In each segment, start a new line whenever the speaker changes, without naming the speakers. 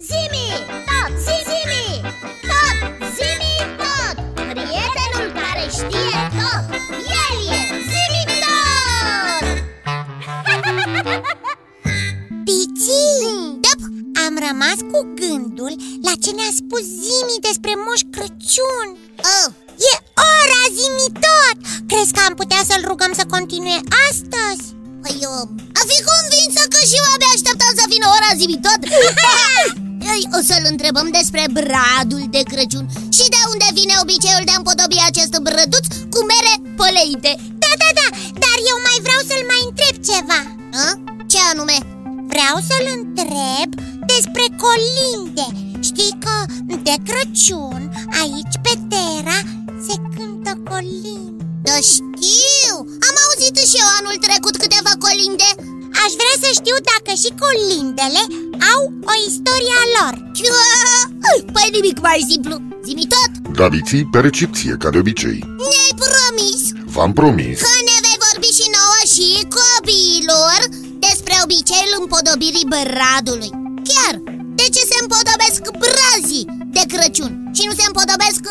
Zimi, tot, zimi, tot, zimi, tot Prietenul care știe tot, el e zimi tot
Tici, da, am rămas cu gândul la ce ne-a spus Zimi despre Moș Crăciun
Ah!
oh. E ora, Zimi, tot! Crezi că am putea să-l rugăm să continue astăzi?
Păi eu a fi convinsă că și eu abia așteptam să vină ora zimi tot Ei, O să-l întrebăm despre bradul de Crăciun Și de unde vine obiceiul de a împodobi acest brăduț cu mere poleite
Da, da, da, dar eu mai vreau să-l mai întreb ceva ă?
A? Ce anume?
Vreau să-l întreb despre colinde Știi că de Crăciun, aici pe Terra, se cântă colinde
Da știu! Am auzit și eu anul trecut câteva colinde
Aș vrea să știu dacă și colindele au o istorie a lor
Păi nimic mai simplu Zimi tot,
Daviții pe recepție, ca de obicei.
ne-ai promis
V-am promis.
că ne vei vorbi și nouă și copiilor Despre obiceiul împodobirii bradului Chiar, de ce se împodobesc brazii de Crăciun Și nu se împodobesc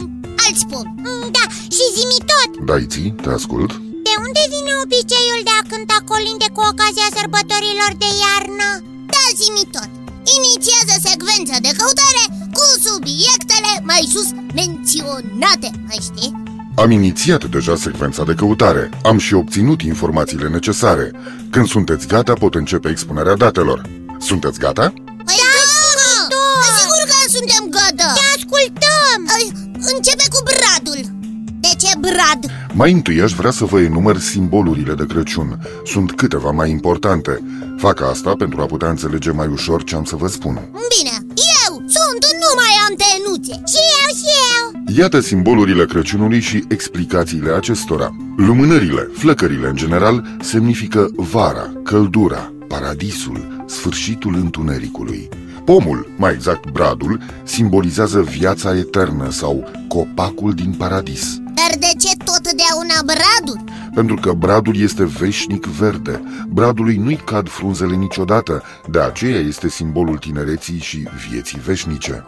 m, alți pom
Mm, Da, și zimi tot,
Daiții, te ascult.
de unde vine obiceiul de a cânta colinde cu ocazia sărbătorilor de iarnă?
Da, zimi tot Inițiază secvența de căutare cu subiectele mai sus menționate Mai știi?
Am inițiat deja secvența de căutare. Am și obținut informațiile necesare. Când sunteți gata, pot începe expunerea datelor. Sunteți gata?
Păi da, da,
tot!
Sigur că suntem gata
Te ascultăm!
Ai, Începe cu bradul De ce brad?
Mai întâi aș vrea să vă enumăr simbolurile de Crăciun. Sunt câteva mai importante. Fac asta pentru a putea înțelege mai ușor ce am să vă spun.
Bine, eu sunt, nu mai am tenuțe
Și eu, și eu!
Iată simbolurile Crăciunului și explicațiile acestora. Lumânările, flăcările în general, semnifică vara, căldura, paradisul, sfârșitul întunericului. Pomul, mai exact bradul, simbolizează viața eternă sau copacul din paradis,
Dar de ce totdeauna bradul?
pentru că bradul este veșnic verde. Bradului nu-i cad frunzele niciodată, de aceea este simbolul tinereții și vieții veșnice.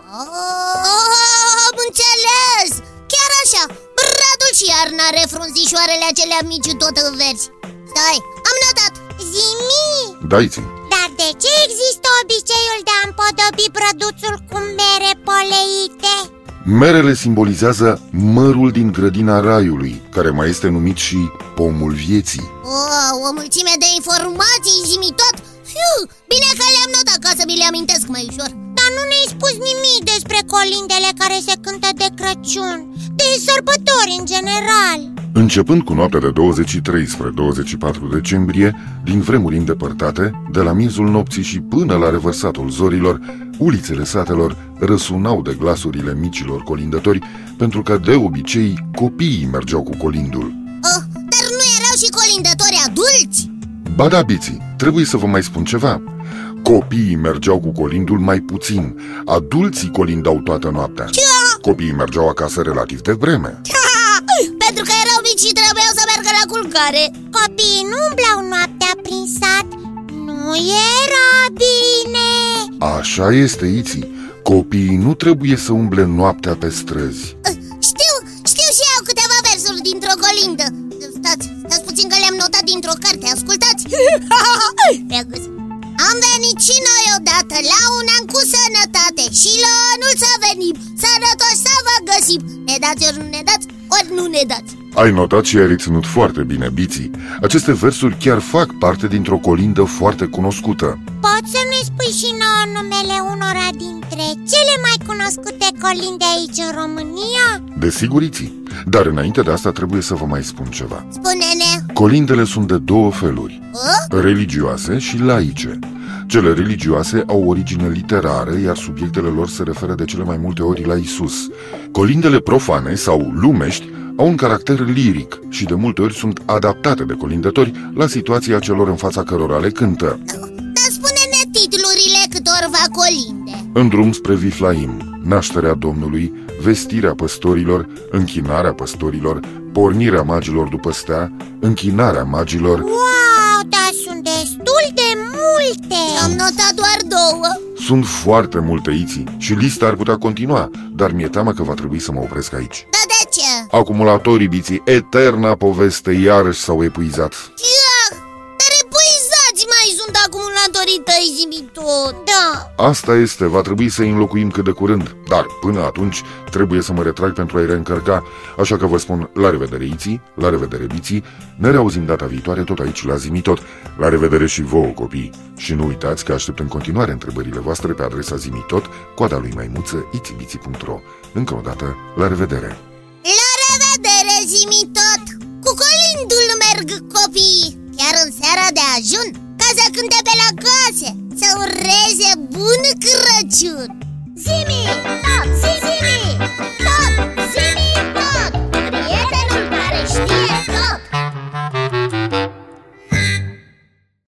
Oh, am înțeles! Chiar așa, bradul și iarna are frunzișoarele acelea mici tot în verzi Stai, am notat
Zimi!
Daiți-mi!
Dar de ce există obiceiul de a împodobi produsul cu mere poleite?
Merele simbolizează mărul din grădina raiului, care mai este numit și pomul vieții.
oh, o mulțime de informații, zimi tot Fiu, bine că le-am notat ca să mi le amintesc mai ușor
Dar nu ne-ai spus nimic despre colindele care se cântă de Crăciun De sărbători în general
Începând cu noaptea de 23 spre 24 decembrie, din vremuri îndepărtate, de la miezul nopții și până la revărsatul zorilor, ulițele satelor răsunau de glasurile micilor colindători, pentru că de obicei copiii mergeau cu colindul.
oh, Dar nu erau și colindători adulți?
Badabiții, da, trebuie să vă mai spun ceva. Copiii mergeau cu colindul mai puțin, adulții colindau toată noaptea.
Da.
Copiii mergeau acasă relativ devreme.
Pentru că erau mici și trebuiau să meargă la culcare
Copiii nu umblau noaptea prin sat Nu era bine
Așa este, Iții. Copiii nu trebuie să umble noaptea pe străzi.
Știu, știu și eu câteva versuri dintr-o colindă Stați, stați puțin că le-am notat dintr-o carte, ascultați Pe gâs. Am venit și noi odată la un an cu sănătate Și la anul să venim, sănătoși să vă găsim Ne dați ori nu ne dați, ori nu ne dați
Ai notat și ai reținut foarte bine, Biții. Aceste versuri chiar fac parte dintr-o colindă foarte cunoscută.
Poți să ne spui și nouă numele unora dintre cele mai cunoscute colinde aici în România?
Desigur, Iții. Dar înainte de asta trebuie să vă mai spun ceva.
Spune-ne
Colindele sunt de două feluri.
oh?
religioase și laice. Cele religioase au origine literară, iar subiectele lor se referă de cele mai multe ori la Isus. Colindele profane sau lumești au un caracter liric și de multe ori sunt adaptate de colindători la situația celor în fața cărora le cântă.
Dar spune-ne titlurile câtorva colinde
În drum spre Viflaim, nașterea Domnului, vestirea păstorilor, închinarea păstorilor, pornirea magilor după stea, închinarea magilor,
Wow, dar sunt destul de multe
Am notat doar două
Sunt foarte multe iții și lista ar putea continua, dar mi-e teamă că va trebui să mă opresc aici.
Dar de ce?
Acumulatorii biții, eterna poveste, iarăși s-au epuizat.
Ah, dar epuizați mai sunt acumulatorii tăi, zimi tot
Da,
Asta este, va trebui să îi înlocuim cât de curând, dar până atunci trebuie să mă retrag pentru a-i reîncărca, așa că vă spun la revedere iții, la revedere biții, ne reauzim data viitoare tot aici la Zimitot. La revedere și vouă, copii! Și nu uitați că aștept în continuare întrebările voastre pe adresa zimitot, coada lui maimuță, itibiții.ro. Încă o dată, la revedere!
La revedere, zimi tot Cu colindul merg copiii Chiar în seara de ajun Ca să cânte pe la case Să ureze bun Crăciun Zimi!